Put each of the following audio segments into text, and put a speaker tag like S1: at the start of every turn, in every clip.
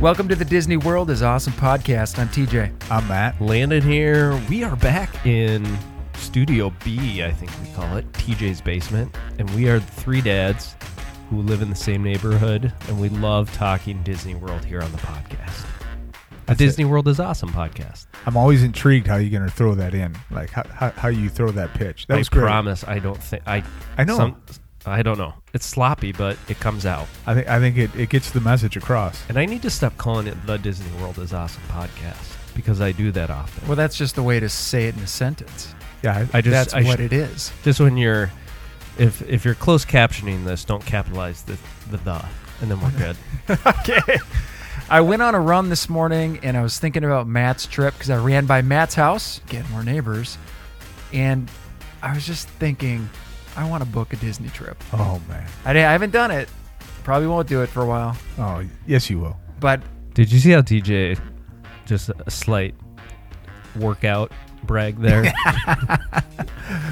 S1: Welcome to the Disney World is Awesome podcast. I'm TJ.
S2: I'm Matt.
S3: Landon here. We are back in Studio B, I think we call it, TJ's basement. And we are the three dads who live in the same neighborhood. And we love talking Disney World here on the podcast. The
S2: That's
S3: Disney World is Awesome podcast.
S2: I'm always intrigued how you're gonna throw that in, like how, how, how you throw that pitch. That
S3: I
S2: was great.
S3: promise I don't think. I,
S2: I know.
S3: I don't know. It's sloppy, but it comes out.
S2: I think I think it, it gets the message across.
S3: And I need to stop calling it the Disney World is Awesome podcast because I do that often.
S1: Well, that's just the way to say it in a sentence.
S2: Yeah, I,
S3: I just
S1: that's
S3: I
S1: what
S3: should-
S1: it is.
S3: just when you're if if you're close captioning this don't capitalize the the, the and then we're good
S1: okay. I went on a run this morning and I was thinking about Matt's trip because I ran by Matt's house. Again, we're neighbors. And I was just thinking, I want to book a Disney trip.
S2: oh man.
S1: I, di- I haven't done it. Probably won't do it for a while.
S2: Oh yes, you will.
S1: But
S3: did you see how dj just a slight workout brag there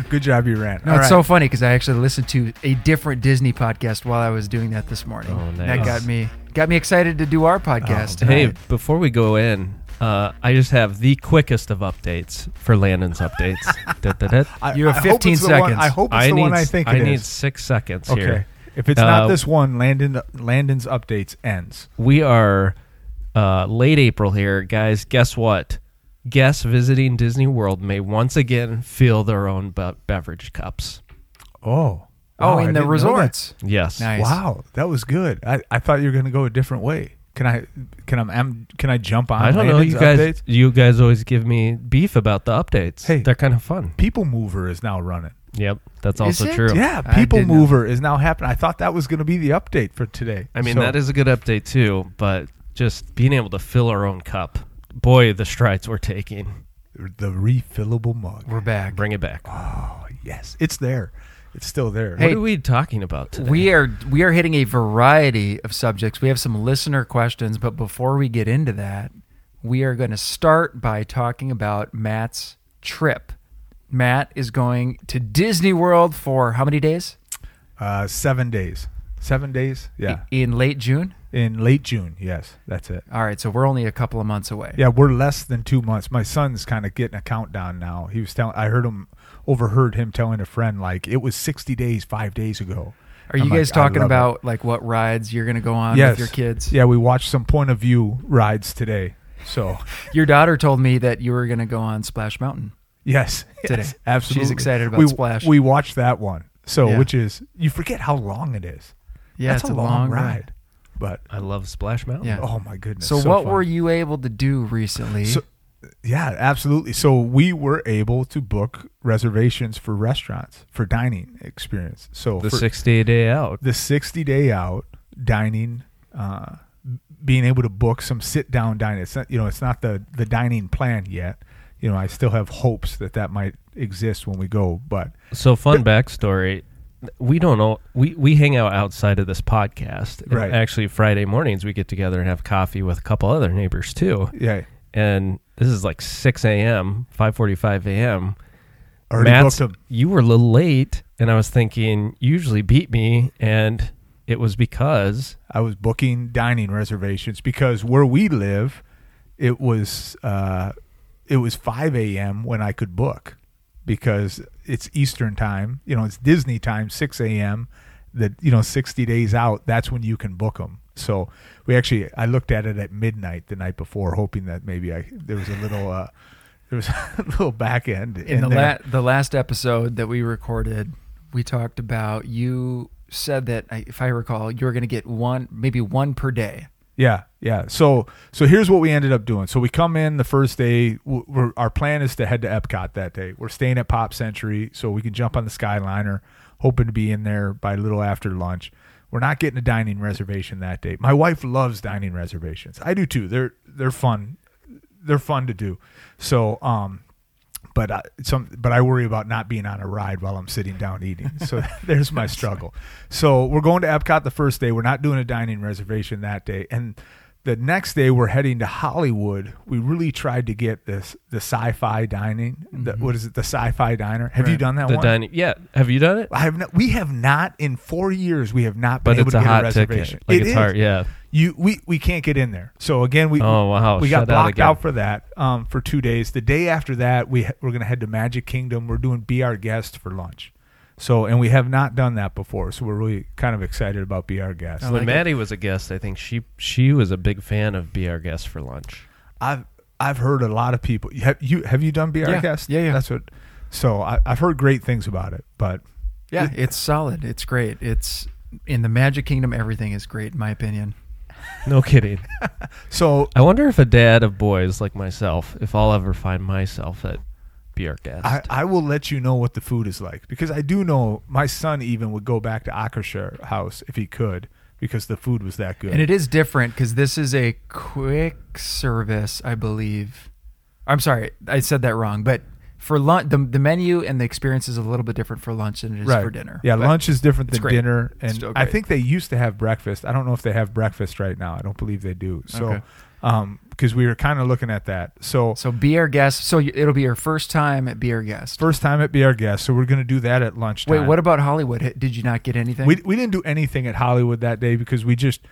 S2: Good job, you ran.
S1: no,
S2: All
S1: it's so
S2: right.
S1: funny because I actually listened to a different Disney podcast while I was doing that this morning.
S3: Oh, nice.
S1: That got me got me excited to do our podcast.
S2: Oh,
S3: hey
S1: tonight.
S3: before we go in uh, i just have the quickest of updates for landon's updates Da, da, da.
S2: I,
S1: you have
S2: I hope it's
S1: 15
S2: the one-
S1: seconds.
S2: I hope it's the
S3: need
S2: one I
S3: s-
S2: think
S3: i
S2: it
S3: need
S2: is.
S3: six seconds
S2: Okay.
S3: here
S2: If it's not
S3: Uh,
S2: this one, Landon Landon's updates ends.
S3: we are uh, late April here, guys. Guess what? Guests visiting Disney World may once again fill their own be- beverage cups.
S2: Oh.
S1: oh,
S2: Wow, I
S1: in the
S2: didn't know that.
S1: resorts.
S3: Yes.
S1: Nice.
S2: Wow, that was good. I, I thought you were gonna go a different way. Can I can I am can I jump on?
S3: I don't know.
S2: Landon's
S3: You guys,
S2: updates?
S3: you guys always give me beef about the updates.
S2: Hey.
S3: they're kind of fun.
S2: People Mover is now running.
S3: Yep, that's
S1: Is
S3: also
S1: it?
S3: true.
S2: Yeah,
S1: I
S2: People
S1: did know.
S2: Mover is now happening. I thought that was going to be the update for today.
S3: I mean,
S2: So,
S3: that is a good update too. But just being able to fill our own cup, boy, the strides we're taking.
S2: the refillable mug.
S1: We're back.
S3: Bring it back.
S2: Oh, yes, it's there. It's still there.
S1: Hey,
S3: what are we talking about today?
S1: We are we are hitting a variety of subjects. We have some listener questions, but before we get into that, we are going to start by talking about Matt's trip. Matt is going to Disney World for how many days?
S2: Uh, seven days. Seven days. Yeah,
S1: I- In late June.
S2: in late June. Yes, that's it.
S1: All right, so we're only a couple of months away.
S2: Yeah, we're less than two months. My son's kind of getting a countdown now. He was telling. I heard him overheard him telling a friend like it was sixty days five days ago.
S1: Are you
S2: I'm
S1: guys
S2: like, I
S1: talking
S2: love it.
S1: about like what rides you're going to go on
S2: Yes.
S1: with your kids?
S2: Yeah, we watched some point of view rides today. So
S1: Your daughter told me that you were going to go on Splash Mountain.
S2: Yes,
S1: Today.
S2: yes, absolutely.
S1: She's excited about
S2: we,
S1: Splash.
S2: We watched that one, so
S1: Yeah.
S2: which is you forget how long it is.
S1: Yeah,
S2: That's
S1: it's
S2: a, long, ride. But
S3: I love Splash Mountain.
S1: Yeah.
S2: oh my goodness!
S1: So, what
S2: fun.
S1: were you able to do recently?
S2: So, yeah, absolutely. So we were able to book reservations for restaurants for dining experience. So
S3: The
S2: for
S3: sixty day out.
S2: the sixty day out dining. Uh, being able to book some sit down dining it's not you know it's not the the dining plan yet you know i still have hopes that that might exist when we go but
S3: So fun backstory. We don't know. We, we hang out outside of this podcast. And
S2: Right.
S3: Actually, Friday mornings we get together and have coffee with a couple other neighbors too.
S2: yeah
S3: And this is like six a.m., five forty-five a.m.
S2: already
S3: Matt's-
S2: booked them
S3: You were a little late, and I was thinking you usually beat me, and it was because
S2: I was booking dining reservations because where we live, it was uh, it was 5 a.m. when I could book because it's Eastern time. You know, it's Disney time, 6 a.m. That you know, 60 days out, that's when you can book them. So we actually, I looked at it at midnight the night before, hoping that maybe I there was a little uh, there was a little back end in,
S1: in the
S2: there.
S1: la- the last episode that we recorded, we talked about you said that I- if I recall, you were going to get one, maybe one per day.
S2: Yeah, yeah. So so here's what we ended up doing. So we come in the first day. w- We're, our plan is to head to Epcot that day. We're staying at Pop Century, so we can jump on the Skyliner, hoping to be in there by a little after lunch. We're not getting a dining reservation that day. My wife loves dining reservations. I do too. They're they're fun. They're fun to do. So um, but I, some but I worry about not being on a ride while I'm sitting down eating. So there's my struggle. So we're going to Epcot the first day. We're not doing a dining reservation that day, and the next day we're heading to Hollywood. We really tried to get this the sci-fi dining. The, what is it? The sci-fi diner. Have you
S1: Right.
S2: done that
S3: Mm-hmm. The
S2: one?
S3: dining. Yeah. Have you done it?
S2: I have not. We have not in four years. We have not been
S3: But
S2: able
S3: it's
S2: to
S3: a
S2: get a
S3: hot
S2: reservation.
S3: ticket. Like
S2: It
S3: it's
S2: is.
S3: hard. Yeah.
S2: You we we can't get in there. So again, we
S3: Oh wow.
S2: we
S3: Shut
S2: got blocked
S3: again.
S2: out, for that um, for two days. The day after that, we ha- we're gonna head to Magic Kingdom. We're doing Be Our Guest for lunch. So and we have not done that before. So we're really kind of excited about Be Our Guest.
S3: when Maddie was a guest, I think she she was a big fan of Be Our Guest for Lunch.
S2: I've I've heard a lot of people. Have you have you done Be Our
S1: Yeah.
S2: Guest?
S1: Yeah, yeah.
S2: That's what. So I, I've heard great things about it, but
S1: Yeah, it's solid. It's great. It's in the Magic Kingdom. Everything is great, in my opinion.
S3: No kidding.
S2: so
S3: I wonder if a dad of boys like myself, if I'll ever find myself at Be Our Guest.
S2: I, I will let you know what the food is like because I do know my son even would go back to Akershire House if he could because the food was that good.
S1: And it is different because this is a quick service, I believe. I'm sorry, I said that wrong. But for lunch, the, the menu and the experience is a little bit different for lunch than it is for dinner.
S2: Yeah,
S1: But
S2: lunch is different
S1: it's
S2: than
S1: great.
S2: dinner,
S1: It's
S2: and
S1: still
S2: I
S1: great.
S2: think they used to have breakfast. I don't know if they have breakfast right now. I don't believe they do. So,
S1: Okay.
S2: um 'cause because we were kind of looking at that. So,
S1: So be our guest. So you- it'll be your first time at Be Our Guest.
S2: first time at Be Our Guest. So we're gonna do that at lunchtime.
S1: Wait, what about Hollywood? H- Did you not get anything?
S2: we we didn't do anything at Hollywood that day because we just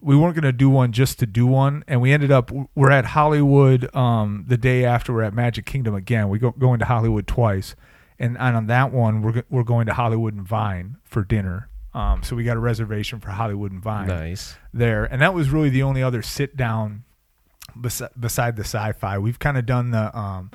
S2: we weren't going to do one just to do one, and we ended up we're at Hollywood um, the day after we're at Magic Kingdom again. We go going to Hollywood twice, and, and on that one we're go- we're going to Hollywood and Vine for dinner. Um, so we got a reservation for Hollywood and Vine
S3: nice.
S2: there, and that was really the only other sit down bes- beside the sci-fi. We've kind of done the um,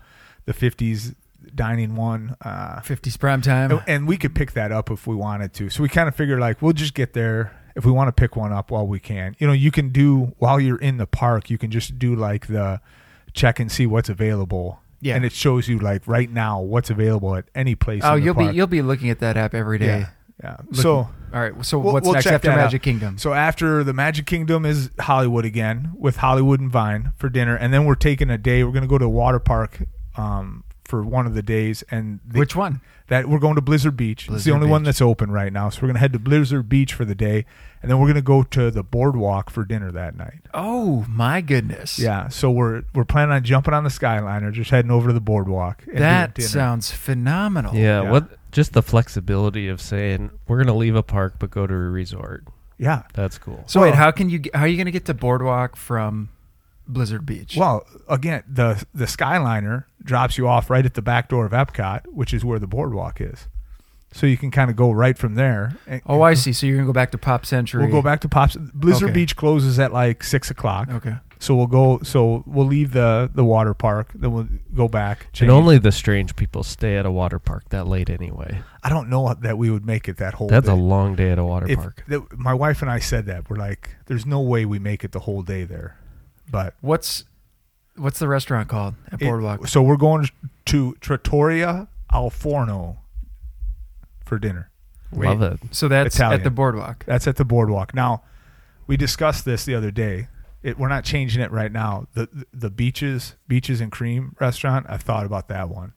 S2: the fifties dining one. Uh,
S1: 50s prime time.
S2: and, and we could pick that up if we wanted to. So we kind of figured like we'll just get there if we want to pick one up while we can. You know, you can do while you're in the park, you can just do like the check and see what's available.
S1: Yeah.
S2: And it shows you like right now what's available at any place.
S1: Oh,
S2: in the
S1: you'll
S2: park.
S1: be you'll be looking at that app every day.
S2: yeah. Yeah. So
S1: All right. So
S2: We'll-
S1: what's
S2: we'll
S1: next
S2: check
S1: after
S2: that out.
S1: Magic Kingdom?
S2: so after the Magic Kingdom is Hollywood again with Hollywood and Vine for dinner, and then we're taking a day. We're gonna go to a water park um, for one of the days, and the,
S1: Which one?
S2: that we're going to Blizzard Beach. it's the
S1: Blizzard
S2: only one
S1: Beach.
S2: that's open right now. So we're going to head to Blizzard Beach for the day, and then we're going to go to the boardwalk for dinner that night.
S1: Oh my goodness.
S2: Yeah, so we're we're planning on jumping on the Skyliner, just heading over to the boardwalk. And
S1: That
S2: doing dinner.
S1: sounds phenomenal.
S3: Yeah,
S2: Oh, Yeah.
S3: What? Just the flexibility of saying we're gonna leave a park but go to a resort.
S2: yeah.
S3: That's cool.
S1: So wait,
S2: Well-
S1: how can you how are you going to get to Boardwalk from Blizzard Beach?
S2: Well, again, the the Skyliner drops you off right at the back door of Epcot, which is where the boardwalk is. So you can kind of go right from there. and-
S1: oh, I see. So you're going to go back to Pop Century.
S2: We'll go back to Pops. Blizzard
S1: Okay.
S2: Beach closes at like six o'clock.
S1: Okay.
S2: So we'll go. So we'll leave the the water park. Then we'll go back.
S3: and
S2: change.
S3: only the strange people stay at a water park that late anyway.
S2: I don't know that we would make it that whole.
S3: That's
S2: day.
S3: a long day at a water
S2: Oh, If-
S3: park.
S2: th- my wife and I said that we're like, there's no way we make it the whole day there, but
S1: What's what's the restaurant called at
S2: it-
S1: Boardwalk?
S2: so we're going to Trattoria Al Forno for dinner.
S1: Wait.
S3: Love it.
S1: So that's
S2: Italian.
S1: at the Boardwalk.
S2: That's at the boardwalk. Now, we discussed this the other day. It, we're not changing it right now. The, the beaches, beaches and cream restaurant. I thought about that one,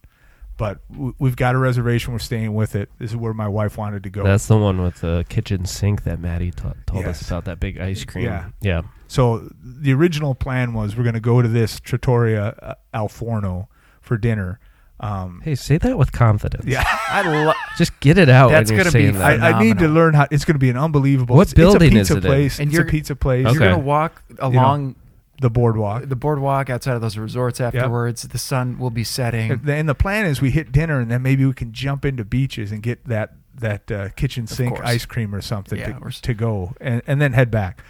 S2: but we, we've got a reservation. We're staying with it. This is where my wife wanted to go.
S3: That's the one with the kitchen sink that Maddie t- told
S2: Yes.
S3: us about. That big ice cream.
S2: Yeah.
S3: Yeah.
S2: So the original plan was we're going to go to this Trattoria uh, Al Forno for dinner. Um,
S3: Hey, say that with confidence.
S2: Yeah.
S1: I lo-
S3: Just get it out.
S1: That's
S3: when you're
S1: gonna be
S3: saying that.
S2: I, I need to
S1: Phenomenal.
S2: learn how. It's going to be an unbelievable.
S3: What
S2: it's,
S3: building
S2: it's
S3: is
S2: a pizza
S3: it in?
S2: place.
S1: And
S2: it's a
S1: you're-
S2: pizza place.
S1: You're
S3: Okay.
S1: going to walk along
S2: The boardwalk.
S1: the boardwalk outside of those resorts afterwards. The sun will be setting.
S2: And the- and the plan is we hit dinner and then maybe we can jump into beaches and get that that uh, kitchen sink
S1: course.
S2: ice cream or something
S1: Yeah,
S2: to,
S1: we're s-
S2: to go and, and then head back.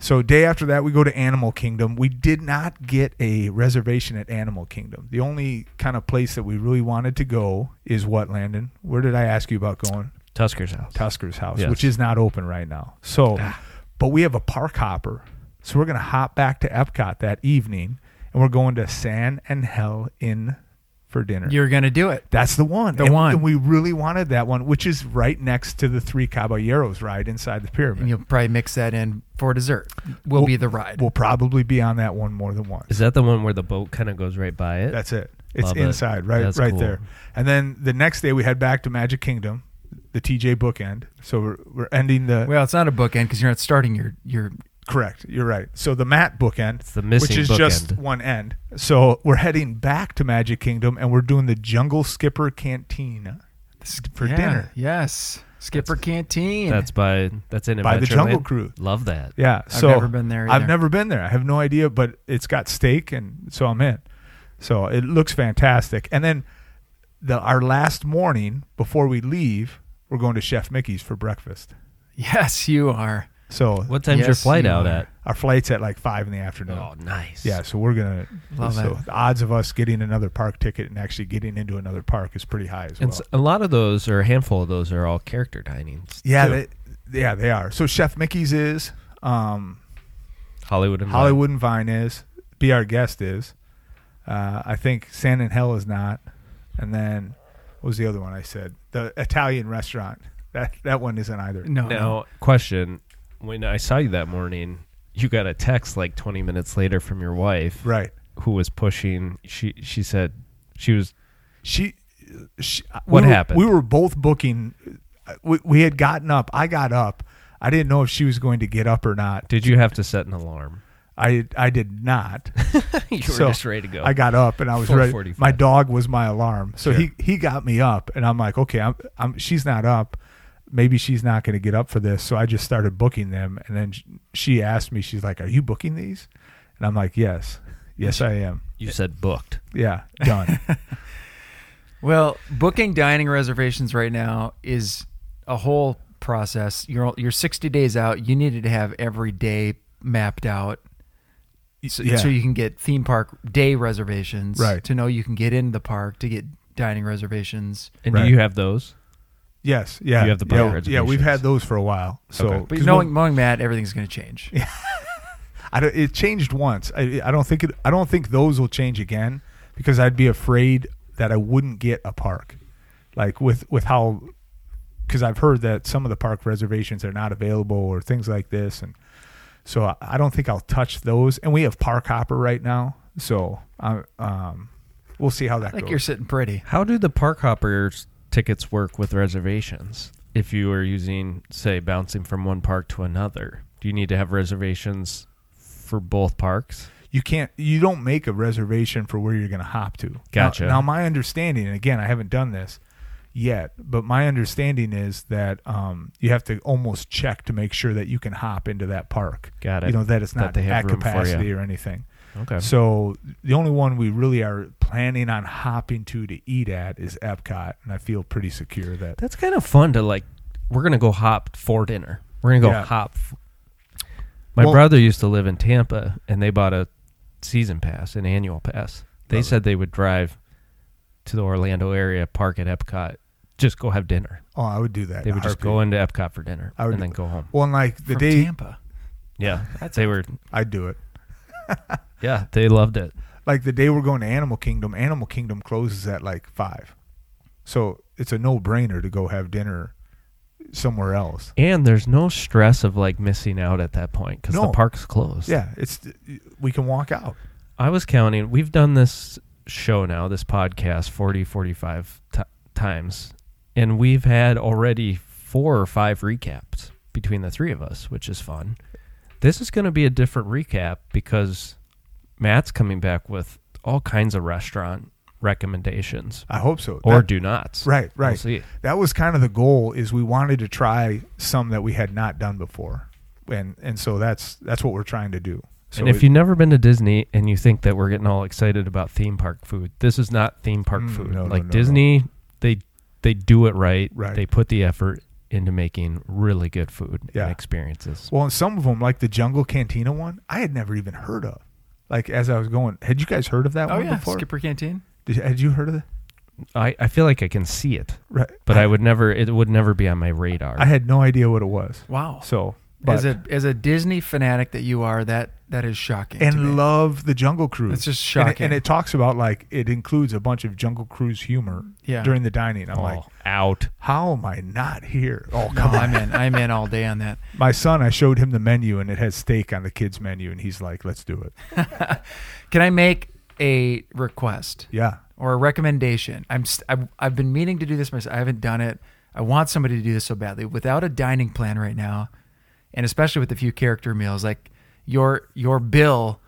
S2: So day after that we go to Animal Kingdom. We did not get a reservation at Animal Kingdom. The only kind of place that we really wanted to go is what Landon. Where did I ask you about going?
S3: Tusker's house.
S2: Tusker's house,
S3: Yes.
S2: which is not open right now. So,
S1: Ah.
S2: but we have a park hopper. So we're going to hop back to Epcot that evening and we're going to San and Hell Inn for dinner.
S1: You're going to do it.
S2: That's the one.
S1: The
S2: and,
S1: one.
S2: And we really wanted that one, which is right next to the Three Caballeros ride inside the
S1: And
S2: pyramid.
S1: you'll probably mix that in for dessert. Will
S2: Well-
S1: be the ride.
S2: We'll probably be on that one more than once.
S3: Is that the one where the boat kind of goes right by it?
S2: That's it. It's
S3: Love it.
S2: inside, right,
S3: That's
S2: right
S3: cool.
S2: there. And then the next day we head back to Magic Kingdom, the TJ bookend. So we're, we're ending the
S1: well, it's not a bookend because you're not starting your your
S2: Correct. You're right. So the Matt bookend,
S3: It's the missing
S2: which is just
S3: bookend.
S2: one end. So we're heading back to Magic Kingdom, and we're doing the Jungle Skipper Canteen for
S1: Yeah,
S2: dinner.
S1: Yes. Skipper Canteen.
S3: That's by that's in
S2: By the
S3: Adventureland.
S2: Jungle Cruise.
S3: Love that.
S2: Yeah.
S1: I've
S2: so
S1: never been there either.
S2: I've never been there. I have no idea, but it's got steak, and so I'm in. So it looks fantastic. And then the our last morning before we leave, we're going to Chef Mickey's for breakfast.
S1: yes, you are.
S2: So
S3: What time's your
S1: Yes,
S3: flight
S1: you
S3: out
S1: are.
S3: at?
S2: our flight's at like five in the afternoon.
S3: Oh, nice.
S2: Yeah, so we're gonna.
S1: Love
S2: so
S1: it.
S2: the odds of us getting another park ticket and actually getting into another park is pretty high as well.
S3: And s a a lot of those, or a handful of those, are all character dinings.
S2: yeah,
S3: too.
S2: they, yeah, they are. So Chef Mickey's is, um,
S3: Hollywood and
S2: Hollywood and Vine is, Be Our Guest is, uh, I think Sand and Hell is not, and then what was the other one I said? The Italian restaurant. That that one isn't either.
S1: No.
S3: Now, question: When I saw you that morning, you got a text like 20 minutes later from your wife,
S2: Right.
S3: who was pushing. She she said she was
S2: She. she uh,
S3: What
S2: we were-
S3: happened?
S2: we were both booking. uh, We, we had gotten up. I got up. I didn't know if she was going to get up or not.
S3: Did you have to set an alarm?
S2: I I did not.
S3: you were
S2: So,
S3: just ready to go.
S2: I got up and I was ready.
S3: 4:45.
S2: My dog was my alarm, so
S3: Sure.
S2: he he got me up, and I'm like, okay, I'm, I'm she's not up. Maybe she's not going to get up for this, so I just started booking them. And then sh- she asked me, she's like, "Are you booking these?" And I'm like, "Yes, yes, I am."
S3: you said booked.
S2: Yeah, done.
S1: Well, booking dining reservations right now is a whole process. You're you're 60 days out. You needed to have every day mapped out so,
S2: yeah.
S1: so you can get theme park day reservations
S2: Right.
S1: to know you can get into the park to get dining reservations.
S3: And
S2: Right.
S3: do you have those?
S2: yes, yeah.
S3: You have the
S2: yeah,
S3: bucket
S2: yeah, we've
S3: reservations.
S2: had those for a while. So,
S3: Okay.
S1: But
S2: 'cause
S1: knowing,
S2: when-
S1: knowing that, everything's going to change.
S2: I don't, it changed once. I, I don't think it. I don't think those will change again because I'd be afraid that I wouldn't get a park, like with with how, because I've heard that some of the park reservations are not available or things like this, and so I, I don't think I'll touch those. And we have Park Hopper right now, so I, um, we'll see how that
S1: I think
S2: goes.
S1: you're sitting pretty.
S3: How do the park hoppers tickets work with reservations? If you are using, say, bouncing from one park to another, do you need to have reservations for both parks?
S2: you can't you don't make a reservation for where you're going to hop to.
S3: Gotcha.
S2: Now, now my understanding, and again, I haven't done this yet, but my understanding is that um, you have to almost check to make sure that you can hop into that park.
S3: Got it.
S2: You know that it's
S3: That
S2: not
S3: they have
S2: at
S3: room for ya.
S2: capacity or anything.
S3: Okay.
S2: So the only one we really are planning on hopping to to eat at is Epcot, and I feel pretty secure that
S3: That's kind of fun to like. We're gonna go hop for dinner. We're gonna go
S2: Yeah.
S3: hop. f- My
S2: Well-
S3: brother used to live in Tampa, and they bought a season pass, an annual pass. They
S2: Love it.
S3: said they would drive to the Orlando area, park at Epcot, just go have dinner.
S2: oh, I would do that.
S3: They
S2: in a
S3: would just
S2: heartbeat.
S3: go into Epcot for dinner
S2: I would-
S3: and then go home.
S2: Well, and like the
S1: from
S2: day
S1: Tampa.
S3: Yeah, they were.
S2: I'd do it.
S3: Yeah, they loved it.
S2: like the day we're going to Animal Kingdom, Animal Kingdom closes at like five. So it's a no brainer to go have dinner somewhere else.
S3: And there's no stress of like missing out at that point because the
S2: No.
S3: park's closed.
S2: Yeah, it's we can walk out.
S3: I was counting. We've done this show now, this podcast, 40, 45 ti times. And we've had already four or five recaps between the three of us, which is fun. This is going to be a different recap because Matt's coming back with all kinds of restaurant recommendations
S2: I hope so.
S3: or
S2: That-
S3: do nots.
S2: right,
S3: We'll
S2: right.
S3: see.
S2: That was kind of the goal is we wanted to try some that we had not done before. And and so that's that's what we're trying to do. So
S3: and if
S2: it-
S3: you've never been to Disney and you think that we're getting all excited about theme park food, this is not theme park
S2: Mm,
S3: food.
S2: no, no,
S3: like
S2: no, no.
S3: Disney, they they do it right.
S2: Right.
S3: They put the effort into making really good food
S2: Yeah.
S3: and experiences.
S2: well, and some of them like the Jungle Cantina one, I had never even heard of. Like as I was going, had you guys heard of that
S1: Oh
S2: one
S1: yeah,
S2: before?
S1: Skipper Canteen.
S2: Did, had you heard of that?
S3: I, I feel like I can see it,
S2: Right.
S3: but I would never it would never be on my radar.
S2: I had no idea what it was.
S1: Wow.
S2: So,
S1: as a as a Disney fanatic that you are, that that is shocking. to me.
S2: and love the Jungle Cruise.
S1: That's just
S2: And it-
S1: shocking.
S2: And it, talks about like it includes a bunch of Jungle Cruise humor
S1: Yeah.
S2: during the dining. I'm
S3: oh,
S2: like,
S3: out.
S2: how am I not here? Oh,
S1: no,
S2: come on.
S1: I'm in. I'm in all day on that.
S2: My son, I showed him the menu and it has steak on the kids menu, and he's like, let's do it.
S1: Can I make a request
S2: Yeah.
S1: or a recommendation? I'm st- I've, I've been meaning to do this myself. I haven't done it. I want somebody to do this so badly. Without a dining plan right now, and especially with a few character meals, like your your bill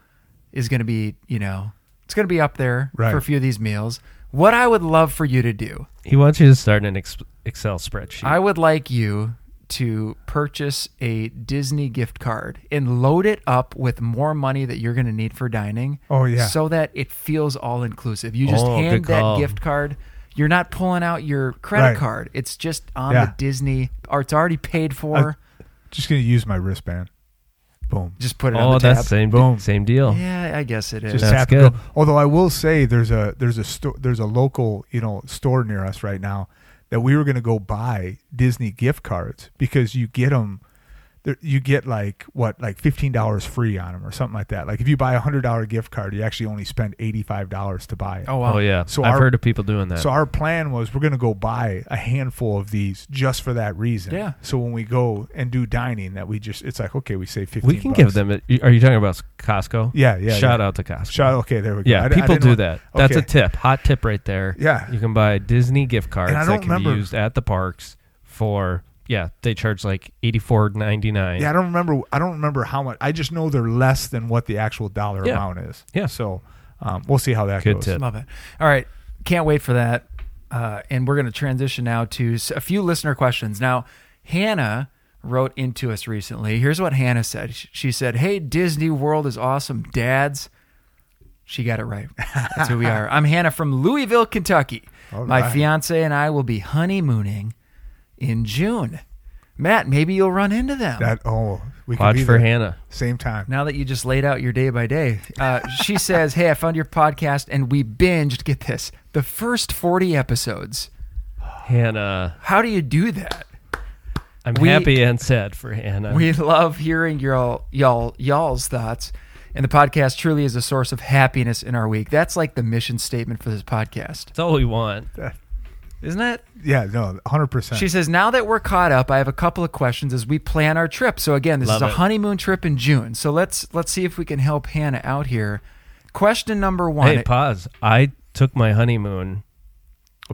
S1: is going to be you know it's going to be up there
S2: Right.
S1: for a few of these meals. What I would love for you to do,
S3: He wants you to start an ex- Excel spreadsheet.
S1: I would like you to purchase a Disney gift card and load it up with more money that you're going to need for dining.
S2: Oh, yeah.
S1: so that it feels all inclusive. You just
S3: Oh,
S1: hand
S3: good
S1: that
S3: call.
S1: gift card. You're not pulling out your credit
S2: Right.
S1: card. It's just on
S2: Yeah.
S1: the Disney, or it's already paid for.
S2: Just gonna use my wristband. Boom.
S1: just put it on
S3: oh,
S1: the
S3: that's
S1: tab.
S3: same
S2: Boom.
S3: same deal.
S1: Yeah, I guess it is.
S2: Just
S3: That's
S2: have to go.
S3: good.
S2: Although I will say there's a there's a store there's a local you know store near us right now that we were gonna go buy Disney gift cards because you get them. You get like what, like fifteen dollars free on them or something like that. Like if you buy a hundred dollar gift card, you actually only spend eighty five dollars to buy it.
S1: oh wow.
S3: Oh yeah.
S2: So
S3: I've
S2: our-
S3: heard of people doing that.
S2: So our plan was we're going to go buy a handful of these just for that reason.
S1: Yeah.
S2: So when we go and do dining, that we just it's like okay, we save fifteen.
S3: we can
S2: bucks.
S3: give them. A, are you talking about Costco?
S2: Yeah, yeah.
S3: Shout
S2: yeah.
S3: out to Costco.
S2: Shout out. Okay, there we go.
S3: Yeah,
S2: I di- I
S3: people
S2: didn't
S3: do
S2: want-
S3: that. That's a
S2: okay.
S3: tip. Hot tip right there.
S2: Yeah.
S3: You can buy Disney gift cards
S2: And I
S3: that
S2: don't
S3: can
S2: remember-
S3: be used at the parks for yeah, they charge like eighty four ninety nine.
S2: Yeah, I don't remember. I don't remember how much. I just know they're less than what the actual dollar
S3: Yeah.
S2: amount is.
S3: Yeah.
S2: So um, we'll see how that
S3: Good
S2: goes.
S3: tip.
S1: Love it. All right. Can't wait for that. Uh, and we're going to transition now to s- a few listener questions. Now, Hannah wrote into us recently. Here's what Hannah said. Sh- She said, Hey, Disney World is awesome, dads. She got it right. That's who we are. I'm Hannah from Louisville, Kentucky.
S2: All
S1: My
S2: right.
S1: fiance and I will be honeymooning in June. Matt, maybe you'll run into them.
S2: That oh, we can
S3: Watch
S2: be
S3: for
S2: there.
S3: Hannah.
S2: Same time.
S1: Now that you just laid out your day by day, uh, she says, Hey, I found your podcast and we binged, get this, the first 40 episodes.
S3: Hannah.
S1: How do you do that?
S3: I'm
S1: We-
S3: happy and sad for Hannah.
S1: We love hearing y'all, y'all, y'all's thoughts. And the podcast truly is a source of happiness in our week. That's like the mission statement for this podcast,
S3: That's all we want.
S1: isn't it?
S2: Yeah, no, hundred percent.
S1: She says, Now that we're caught up, I have a couple of questions as we plan our trip. So again, this
S3: Love
S1: is a
S3: it.
S1: honeymoon trip in June. So let's let's see if we can help Hannah out here. Question number one.
S3: Hey, pause. I took my honeymoon.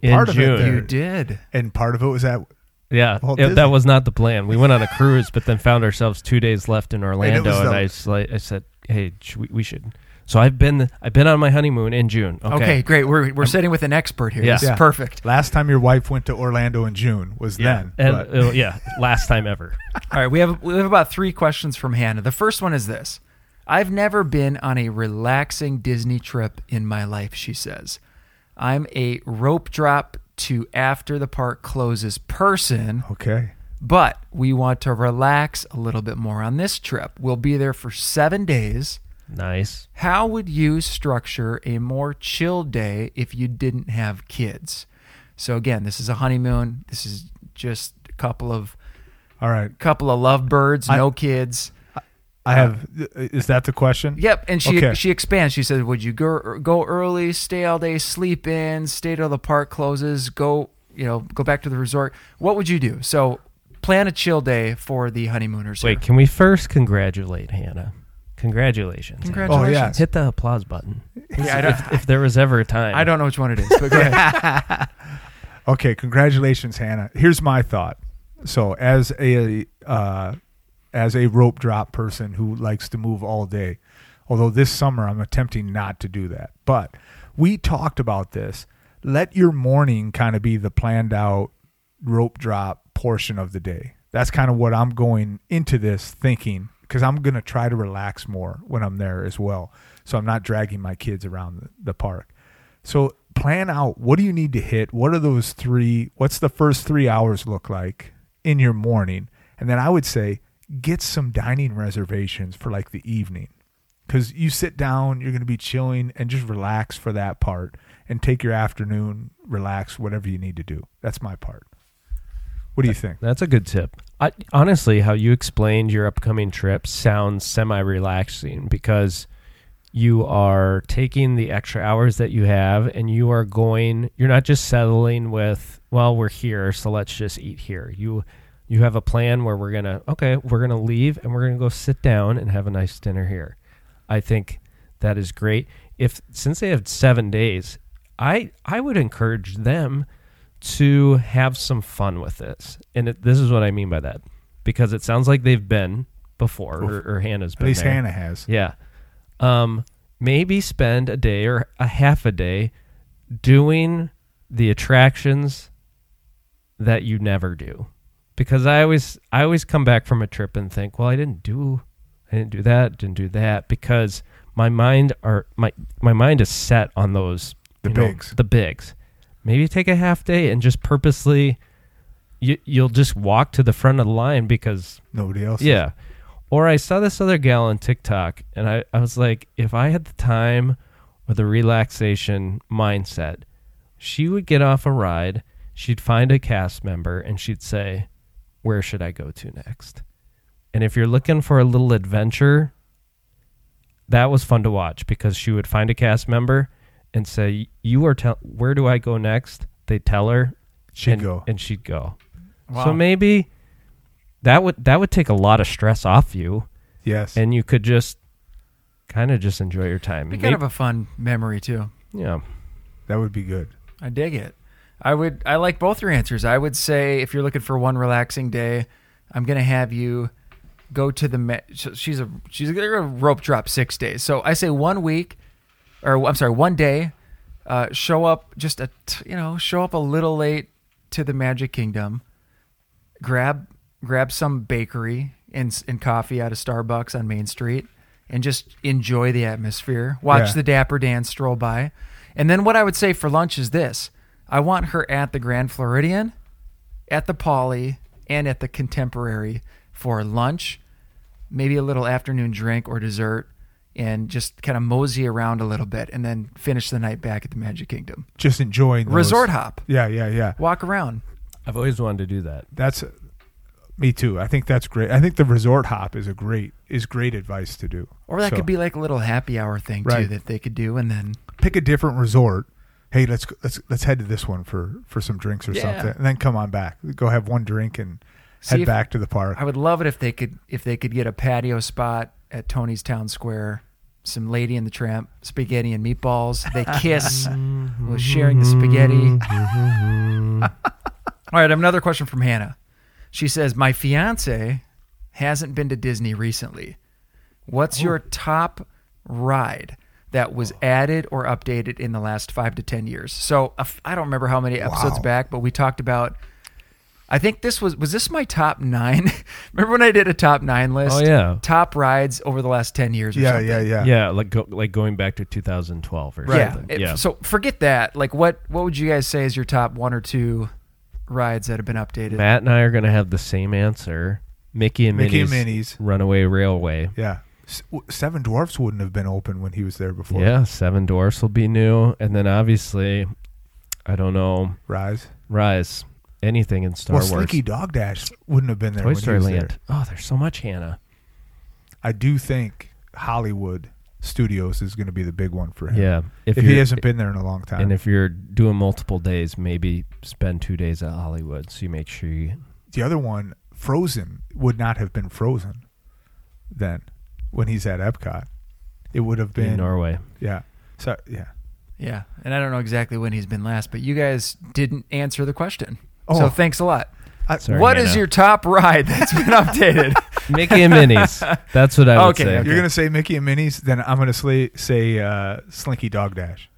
S3: in
S2: part of
S3: June.
S2: it there,
S1: you did.
S2: and part of it was that.
S3: Yeah,
S2: Walt
S3: it-
S2: Disney.
S3: that was not the plan. We went on a cruise, but then found ourselves two days left in Orlando,
S2: was
S3: and,
S2: the-
S3: I s- like I said, "Hey, should we, we should." So I've been I've been on my honeymoon in June. Okay,
S1: Okay, Um, great. We're we're sitting with an expert here.
S3: Yeah.
S1: This is
S2: Yeah.
S1: perfect.
S2: Last time your wife went to Orlando in June was
S3: yeah,
S2: then.
S3: and
S2: but-
S3: uh, yeah, last time ever.
S1: All right, we have we have about three questions from Hannah. The first one is this: I've never been on a relaxing Disney trip in my life. She says, "I'm a rope drop to after the park closes person,
S2: okay.
S1: but we want to relax a little bit more on this trip. We'll be there for seven days."
S3: Nice.
S1: How would you structure a more chill day if you didn't have kids? So again, this is a honeymoon. This is just a couple of
S2: All right.
S1: couple of lovebirds,
S2: I-
S1: no kids.
S2: I have. Is that the question?
S1: Yep, and she
S2: Okay.
S1: she expands. She says, "Would you go go early, stay all day, sleep in, stay till the park closes, go, you know, go back to the resort? What would you do?" So, plan a chill day for the honeymooners.
S3: Wait,
S1: here.
S3: can we first congratulate Hannah? Congratulations. Hannah.
S2: Oh
S1: congratulations.
S2: yeah.
S3: Hit the applause button.
S2: Oh,
S1: Yeah, I don't
S3: If there was ever a time,
S1: I don't know which one it is, but go ahead.
S2: Okay. Congratulations, Hannah. Here's my thought. So as a uh, as a rope drop person who likes to move all day, although this summer I'm attempting not to do that. But we talked about this. Let your morning kind of be the planned out rope drop portion of the day. That's kind of what I'm going into this thinking because I'm going to try to relax more when I'm there as well. So I'm not dragging my kids around the, the park. So plan out what do you need to hit? What are those three? What's the first three hours look like in your morning? And then I would say get some dining reservations for like the evening because you sit down, you're going to be chilling and just relax for that part and take your afternoon, relax, whatever you need to do. That's my part. What do you think?
S3: That's a good tip. I, honestly, how you explained your upcoming trip sounds semi relaxing because you are taking the extra hours that you have and you are going, you're not just settling with, well, we're here, so let's just eat here. You, you have a plan where we're going to, okay, we're going to leave and we're going to go sit down and have a nice dinner here. I think that is great. If, since they have seven days, I, I would encourage them to have some fun with this. And it, this is what I mean by that because it sounds like they've been, before, or, or Hannah's
S2: At
S3: been
S2: least
S3: there.
S2: Hannah has.
S3: Yeah. Um, maybe spend a day or a half a day doing the attractions that you never do. Because I always I always come back from a trip and think, well, I didn't do I didn't do that, didn't do that because my mind are my my mind is set on those
S2: The
S3: you know,
S2: bigs.
S3: the bigs. Maybe take a half day and just purposely you, you'll just walk to the front of the line because
S2: Nobody else.
S3: yeah. Or I saw this other gal on TikTok and I, I was like, if I had the time or the relaxation mindset, she would get off a ride, she'd find a cast member, and she'd say, Where should I go to next? And if you're looking for a little adventure, that was fun to watch because she would find a cast member and say, You are tell where do I go next? They tell her
S2: She'd
S3: and,
S2: go.
S3: and she'd go.
S1: Wow.
S3: So maybe that would that would take a lot of stress off you,
S2: Yes.
S3: and you could just kind of just enjoy your time.
S1: Be
S3: Maybe,
S1: kind of a fun memory too.
S3: yeah,
S2: that would be good.
S1: I dig it. I would. I like both your answers. I would say if you're looking for one relaxing day, I'm gonna have you go to the. Ma- so she's a she's gonna rope drop six days. So I say one week, or I'm sorry, one day. Uh, show up just a t- you know show up a little late to the Magic Kingdom. Grab grab some bakery and s- and coffee out of Starbucks on Main Street, and just enjoy the atmosphere. Watch
S2: Yeah.
S1: the Dapper Dan stroll by, and then what I would say for lunch is this: I want her at the Grand Floridian, at the Poly, and at the Contemporary for lunch maybe a little afternoon drink or dessert and just kind of mosey around a little bit and then finish the night back at the Magic Kingdom.
S2: Just enjoying those.
S1: Resort hop.
S2: Yeah, yeah, yeah.
S1: Walk around.
S3: I've always wanted to do that.
S2: That's me too. I think that's great. I think the resort hop is a great is great advice to do.
S1: Or that
S2: So,
S1: could be like a little happy hour thing too
S2: Right.
S1: that they could do and then
S2: pick a different resort. Hey, let's go- let's let's head to this one for for some drinks or
S1: Yeah.
S2: something, and then come on back. Go have one drink and
S1: See
S2: head
S1: if-
S2: back to the park.
S1: I would love it if they could if they could get a patio spot at Tony's Town Square, some lady in the tramp, spaghetti and meatballs. They kiss while sharing the spaghetti. All right, I have another question from Hannah. She says, My fiance hasn't been to Disney recently. What's your top ride that was added or updated in the last five to 10 years? So a f- I don't remember how many episodes
S2: Wow.
S1: back, but we talked about. I think this was was this my top nine? remember when I did a top nine list?
S3: Oh, yeah.
S1: top rides over the last ten years. Or
S2: yeah,
S1: something.
S2: yeah, yeah,
S3: Yeah, like go, like going back to 2012 or something.
S1: Yeah. It-
S3: yeah.
S1: So forget that. Like, what what would you guys say is your top one or two rides that have been updated?
S3: Matt and I are gonna have the same answer. Mickey and
S2: Mickey and
S3: Minnie's
S2: Minnie's.
S3: Runaway Railway.
S2: Yeah. S- w- Seven Dwarfs wouldn't have been open when he was there before.
S3: Yeah, Seven Dwarfs will be new, and then obviously, I don't know,
S2: Rise.
S3: Rise, anything in Star
S2: well,
S3: Wars,
S2: Slinky Dog Dash wouldn't have been there
S3: Toy
S2: when
S3: Story
S2: he was
S3: Land.
S2: there.
S3: Oh, there's so much Hannah.
S2: I do think Hollywood Studios is going to be the big one for him.
S3: Yeah,
S2: If, he
S3: you're-
S2: hasn't been there in a long time.
S3: And if you're doing multiple days, maybe spend two days at Hollywood so you make sure you.
S2: the other one, Frozen, would not have been Frozen then when he's at Epcot. It would have
S3: In
S2: been.
S3: Norway.
S2: Yeah. So, yeah.
S1: Yeah, and I don't know exactly when he's been last, but you guys didn't answer the question.
S2: Oh.
S1: So thanks a lot.
S2: I,
S3: Sorry,
S1: What is
S3: Hannah.
S1: your top ride that's been updated?
S3: Mickey and Minnie's? That's what I would
S1: Okay,
S3: say.
S1: okay.
S2: You're going to say Mickey and Minnie's, then I'm going to say, say uh, Slinky Dog Dash.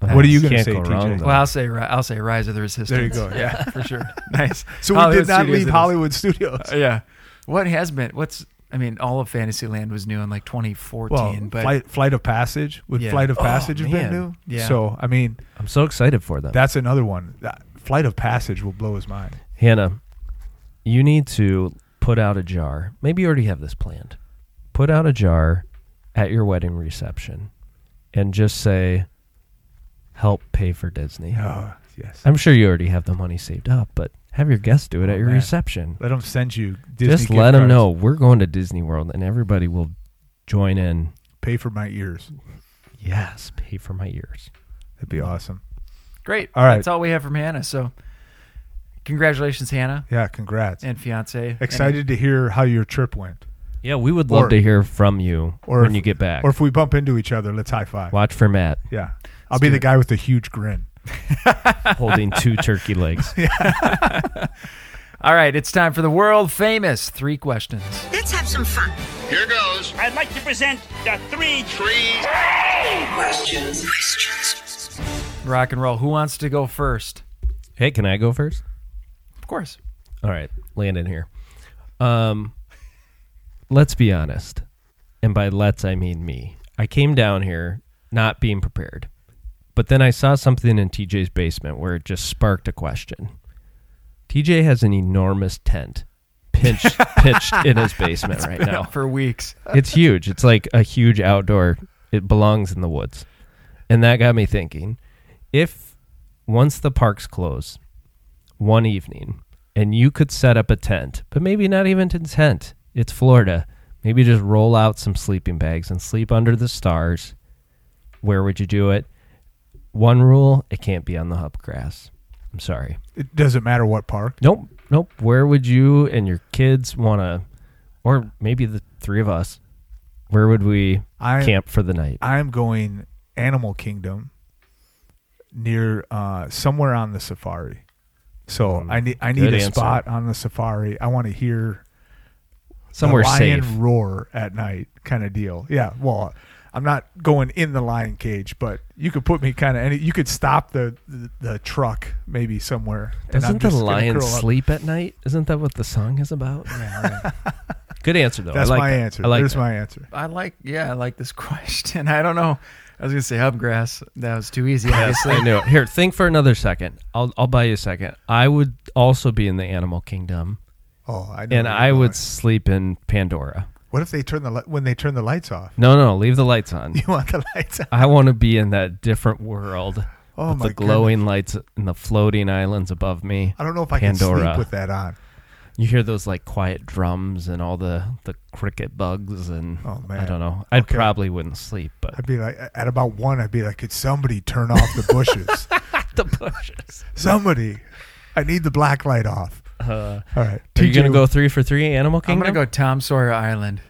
S2: What are you gonna
S3: Uh, Can't
S2: say,
S3: go
S2: TJ?
S3: wrong, though.
S1: well, I'll say Ri- I'll say Rise of the Resistance.
S2: There you go.
S1: Yeah, for sure. Nice.
S2: So we
S1: Hollywood
S2: did not
S1: Studios
S2: leave
S1: it is.
S2: Hollywood Studios.
S1: Uh, yeah. What has been? What's? I mean, all of Fantasyland was new in like 2014,
S2: Well,
S1: but
S2: flight, flight of Passage would
S1: Yeah.
S2: Flight of
S1: Oh,
S2: Passage have
S1: man.
S2: been new?
S1: Yeah.
S2: So I mean,
S3: I'm so excited for them.
S2: that's another one. That Flight of Passage will blow his mind.
S3: Hannah, you need to put out a jar. Maybe you already have this planned. Put out a jar at your wedding reception and just say, help pay for Disney.
S2: Oh yes.
S3: I'm sure you already have the money saved up, but have your guests do it at your
S2: Oh, man.
S3: reception.
S2: let them send you. Disney
S3: just
S2: gift
S3: let them
S2: cards.
S3: know we're going to Disney World and everybody will join in
S2: Pay for my ears.
S3: Yes, pay for my ears.
S2: That'd be awesome.
S1: great.
S2: All right.
S1: that's all we have from Hannah. So, congratulations, Hannah
S2: Yeah. Congrats.
S1: and fiance.
S2: Excited to hear how your trip went,
S3: Yeah, we would love
S2: Or-
S3: to hear from you
S2: or
S3: when
S2: if-
S3: you get back.
S2: or if we bump into each other, let's high five.
S3: Watch for Matt
S2: Yeah. I'll be
S1: do
S2: the
S1: it.
S2: guy with the huge grin.
S3: holding two turkey legs.
S1: All right, it's time for the world famous three questions.
S4: Let's have some fun.
S5: Here goes.
S6: I'd like to present the three
S5: Three.
S4: Questions. Questions.
S1: Rock and roll. Who wants to go first?
S3: Hey, can I go first?
S1: Of course.
S3: All right, land in here. Um, let's be honest, and by let's I mean me. I came down here not being prepared, but then I saw something in TJ's basement where it just sparked a question. TJ has an enormous tent pinched pitched in his basement right now.
S1: For weeks.
S3: It's huge. It's like a huge outdoor. It belongs in the woods, and that got me thinking. If once the parks close, one evening, and you could set up a tent, but maybe not even a tent. It's Florida. Maybe just roll out some sleeping bags and sleep under the stars. Where would you do it? One rule: it can't be on the hub grass. I'm sorry.
S2: It doesn't matter what park.
S3: Nope, nope. Where would you and your kids want to, or maybe the three of us, where would we
S2: I-
S3: camp for the night?
S2: I'm going Animal Kingdom near uh, somewhere on the safari. So I need I need
S3: Hmm. good
S2: a
S3: answer.
S2: spot on the safari. I want to hear
S3: Somewhere
S2: the lion
S3: safe.
S2: roar at night, kind of deal. Yeah. Well, I'm not going in the lion cage, but you could put me kind of any. You could stop the the, the truck maybe somewhere. and I'm
S3: Doesn't the
S2: just gonna
S3: lion
S2: curl up.
S3: sleep at night? Isn't that what the song is about? Good answer though.
S2: That's
S3: I like
S2: my
S3: that.
S2: answer.
S3: I like
S2: There's
S3: that.
S2: my answer.
S1: I like, yeah, I like this question. I don't know. I was going to say hubgrass. That was too easy, obviously.
S3: I knew it. Here, think for another second. I'll I'll buy you a second. I would also be in the animal kingdom,
S2: Oh, I know
S3: and
S2: where
S3: I
S2: you're
S3: would
S2: going.
S3: sleep in Pandora.
S2: What if they turn the li- when they turn the lights off?
S3: No, no, leave the lights on.
S2: You want the lights on?
S3: I want to be in that different world.
S2: Oh,
S3: with
S2: my
S3: the glowing lights and the floating islands above me.
S2: I don't know if I can
S3: Pandora.
S2: sleep with that on.
S3: You hear those like quiet drums and all the the cricket bugs and
S2: Oh,
S3: I
S2: man.
S3: don't know. I would
S2: Okay.
S3: probably wouldn't sleep, but
S2: I'd be like, at about one, I'd be like, could somebody turn off the bushes?
S3: the bushes. Uh,
S2: somebody, I need the black light off. All right,
S3: Are you
S2: TJ
S3: gonna go three for three? Animal
S1: I'm
S3: Kingdom.
S1: going to go Tom Sawyer Island.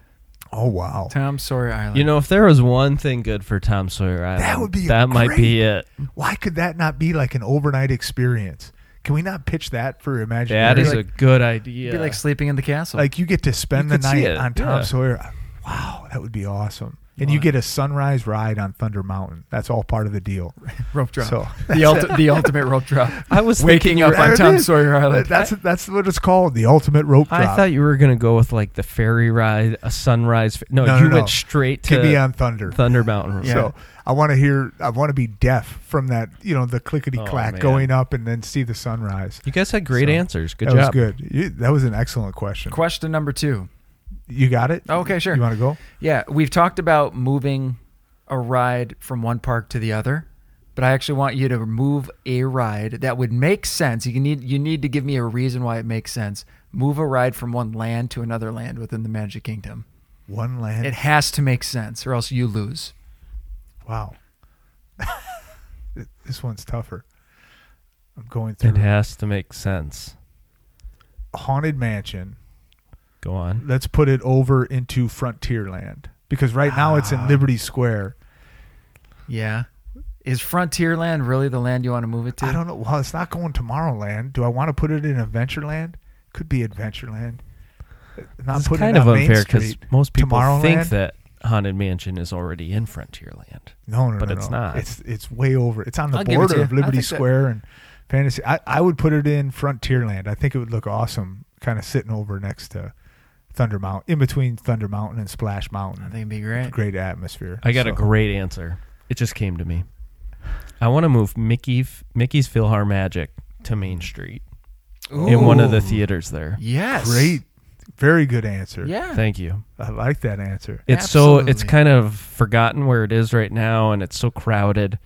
S2: Oh wow,
S1: Tom Sawyer Island.
S3: You know, if there was one thing good for Tom Sawyer Island,
S2: would be a
S3: that might be it.
S2: why could that not be like an overnight experience? Can we not pitch that for imagination?
S3: That is
S2: like,
S3: a good idea.
S1: It'd be like sleeping in the castle.
S2: like you get to spend
S3: You
S2: the
S3: could see
S2: night
S3: it,
S2: on Tom
S3: yeah.
S2: Sawyer. Wow, that would be awesome. And you get a sunrise ride on Thunder Mountain. That's all part of the deal.
S1: rope drop.
S2: So-
S1: the, ulti- the ultimate rope drop.
S3: I was thinking
S1: waking
S3: you
S1: up
S3: were-
S1: on
S2: There it
S1: Tom
S2: is.
S1: Sawyer Island.
S2: That's that's what it's called, the ultimate rope drop.
S3: I thought you were gonna go with like the ferry ride, a sunrise. Fe- no,
S2: No,
S3: you
S2: no, no.
S3: went straight to
S2: could be on Thunder.
S3: Thunder Mountain.
S1: Yeah.
S2: So I want to hear. I want to be deaf from that. You know, the clickety
S3: Oh,
S2: clack
S3: man.
S2: going up and then see the sunrise.
S3: You guys had great
S2: So,
S3: answers. Good
S2: that was
S3: job.
S2: good. You, that was an excellent question.
S1: Question number two.
S2: You got it.
S1: Okay, sure.
S2: You want to go?
S1: Yeah, we've talked about moving a ride from one park to the other, but I actually want you to move a ride that would make sense. You need you need to give me a reason why it makes sense. Move a ride from one land to another land within the Magic Kingdom.
S2: One land.
S1: It has to make sense, or else you lose.
S2: wow. this one's tougher. I'm going through
S3: It has to make sense.
S2: haunted mansion.
S3: Go on.
S2: Let's put it over into Frontierland because right now it's
S3: Ah.
S2: in Liberty Square.
S1: Yeah. Is Frontierland really the land you want to move it to?
S2: I don't know. Well, it's not going Tomorrowland. Do I want to put it in Adventureland? Could be Adventureland. Uh, Not
S3: It's
S2: putting
S3: kind
S2: it
S3: of
S2: on Main
S3: unfair because
S2: Street.
S3: most people think
S2: Tomorrowland?
S3: that Haunted Mansion is already in Frontierland.
S2: No, no,
S3: but
S2: no,
S3: it's
S2: no.
S3: not.
S2: It's it's way over. It's on the
S1: I'll give it to
S2: border
S1: you.
S2: of
S1: I
S2: Liberty
S1: think that-
S2: Square and Fantasy. I, I would put it in Frontierland. I think it would look awesome, kind of sitting over next to Thunder Mountain, in between Thunder Mountain and Splash Mountain.
S1: I think it'd be great.
S2: great atmosphere.
S3: I got a
S2: So-
S3: great answer. It just came to me. I want to move Mickey Mickey's Philhar Magic to Main Street in one of the theaters there.
S1: Yes.
S2: great, very good answer.
S1: Yeah.
S3: Thank you.
S2: I like that answer.
S3: It's so it's
S1: Absolutely.
S3: kind of forgotten where it is right now, and it's so crowded.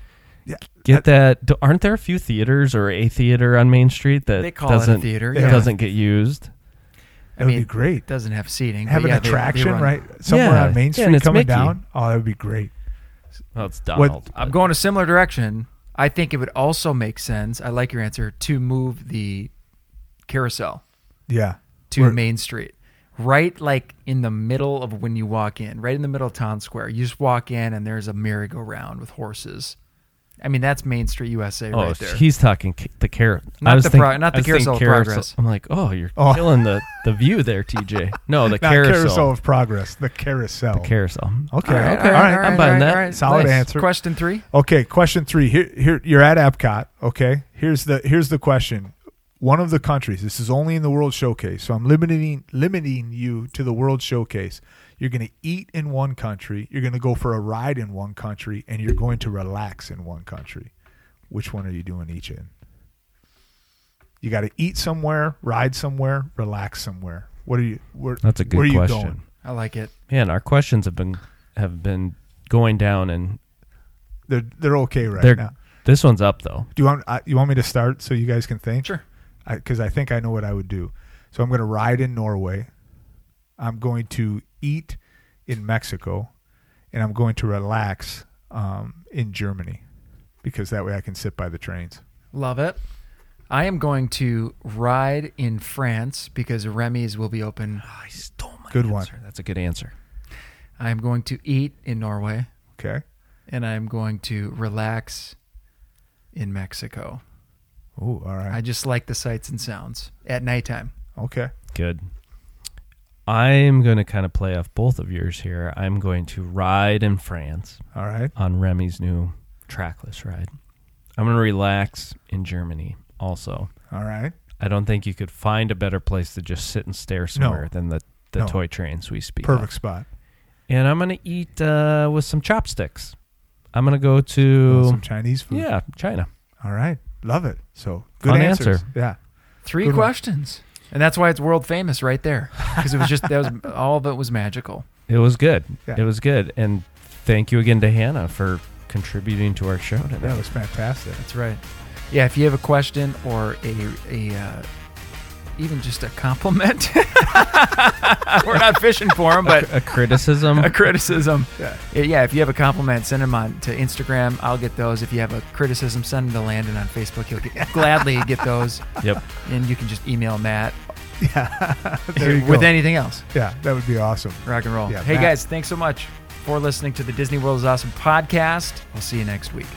S2: Yeah,
S3: Get that? do- Aren't there a few theaters or a theater on Main Street that
S1: They call it a
S3: doesn't
S1: theater,
S3: that
S1: yeah.
S3: doesn't get used?
S1: I
S2: That would
S1: mean,
S2: be great.
S1: It doesn't have seating. but
S2: Have an
S1: yeah, they- they
S2: attraction,
S1: run-
S2: right? Somewhere
S3: Yeah.
S2: on
S3: Yeah,
S2: Main
S3: and
S2: Street
S3: it's
S2: coming
S3: Mickey.
S2: down. Oh, that would be great.
S3: Oh, it's Donald.
S1: I'm
S3: but-
S1: going a similar direction. I think it would also make sense. I like your answer to move the carousel
S2: Yeah.
S1: to
S2: Where-
S1: Main Street, right like in the middle of when you walk in, right in the middle of town square. You just walk in and there's a merry-go-round with horses. I mean, that's Main Street USA
S3: Oh,
S1: right there.
S3: he's talking ca- the carrot.
S1: Not
S3: I was
S1: the
S3: thinking,
S1: pro- not the
S3: I was thinking
S1: carousel of progress.
S3: I'm like, oh, you're
S2: Oh.
S3: killing the, the view there, TJ. No, the
S2: Not
S3: carousel.
S2: carousel of progress. The carousel.
S3: Carousel.
S2: okay.
S1: All right,
S2: okay. All right.
S1: all right,
S3: I'm buying
S1: all right,
S3: that.
S1: all right.
S2: Solid
S1: Nice.
S2: answer.
S1: Question three.
S2: Okay, question three. Here, here you're at Epcot. Okay, here's the here's the question. One of the countries. This is only in the World Showcase, so I'm limiting limiting you to the World Showcase. You're going to eat in one country. You're going to go for a ride in one country, and you're going to relax in one country. Which one are you doing each in? You got to eat somewhere, ride somewhere, relax somewhere. What are you? Where,
S3: That's a good
S2: where are you
S3: question.
S2: Going?
S1: I like it.
S3: Man, our questions have been have been going down, and
S2: They're they're okay right
S3: they're
S2: now.
S3: this one's up though.
S2: Do you want I, you want me to start so you guys can think? Sure. Because I, think I know what I would do. So I'm going to ride in Norway. I'm going to eat in Mexico, and I'm going to relax um, in Germany, because that way I can sit by the trains.
S1: Love it. I am going to ride in France because Remy's will be open.
S3: I stole my
S2: Good one.
S3: answer. That's a good answer.
S1: I am going to eat in Norway
S2: Okay.
S1: and I am going to relax in Mexico.
S2: Oh, all
S1: I
S2: right.
S1: just like the sights and sounds at nighttime.
S2: Okay.
S3: Good. I'm going to kind of play off both of yours here. I'm going to ride in France
S2: All right.
S3: on Remy's new trackless ride. I'm going to relax in Germany also.
S2: All right.
S3: I don't think you could find a better place to just sit and stare somewhere than the, the
S2: No.
S3: toy trains we speak. of.
S2: Perfect spot.
S3: And I'm going to eat uh, with some chopsticks. I'm going to go to,
S2: Some Chinese food.
S3: yeah, China.
S2: All right. Love it. So good
S3: Fun
S2: answers.
S3: answer.
S2: Yeah.
S1: Three
S2: Good one.
S1: questions. And that's why it's world famous right there because it was just that was all of it was magical.
S3: It was good.
S2: Yeah.
S3: It was good. And thank you again to Hannah for contributing to our show today.
S2: That was fantastic.
S1: That's right. Yeah, if you have a question or a a uh, even just a compliment, we're not fishing for them, but
S3: a criticism.
S1: a criticism.
S2: Yeah.
S1: Yeah. if you have a compliment, send them on to Instagram. I'll get those. If you have a criticism, send them to Landon on Facebook. He'll get, gladly get those,
S3: yep.
S1: and you can just email Matt
S2: There you
S1: with
S2: go.
S1: anything else.
S2: yeah, that would be awesome.
S1: Rock and roll.
S2: Yeah,
S1: hey
S2: Matt.
S1: guys, thanks so much for listening to the Disney World is Awesome podcast. We'll see you next week.